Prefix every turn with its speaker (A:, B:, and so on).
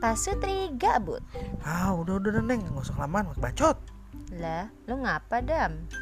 A: Tasutri gabut.
B: Ah, udah udah udah, Neng, nggak usah kelamaan, bacot.
A: Lah, lu ngapa dam?